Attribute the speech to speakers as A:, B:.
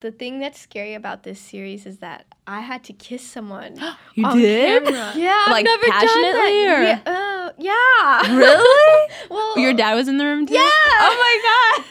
A: The thing that's scary about this series is that I had to kiss someone.
B: You
A: on
B: did?
A: camera. Yeah, I've
B: Like,
A: never done
B: passionately,
A: that. Yeah, uh, yeah.
B: Really?
A: well,
B: Your dad was in the room too?
A: Yeah.
B: Oh my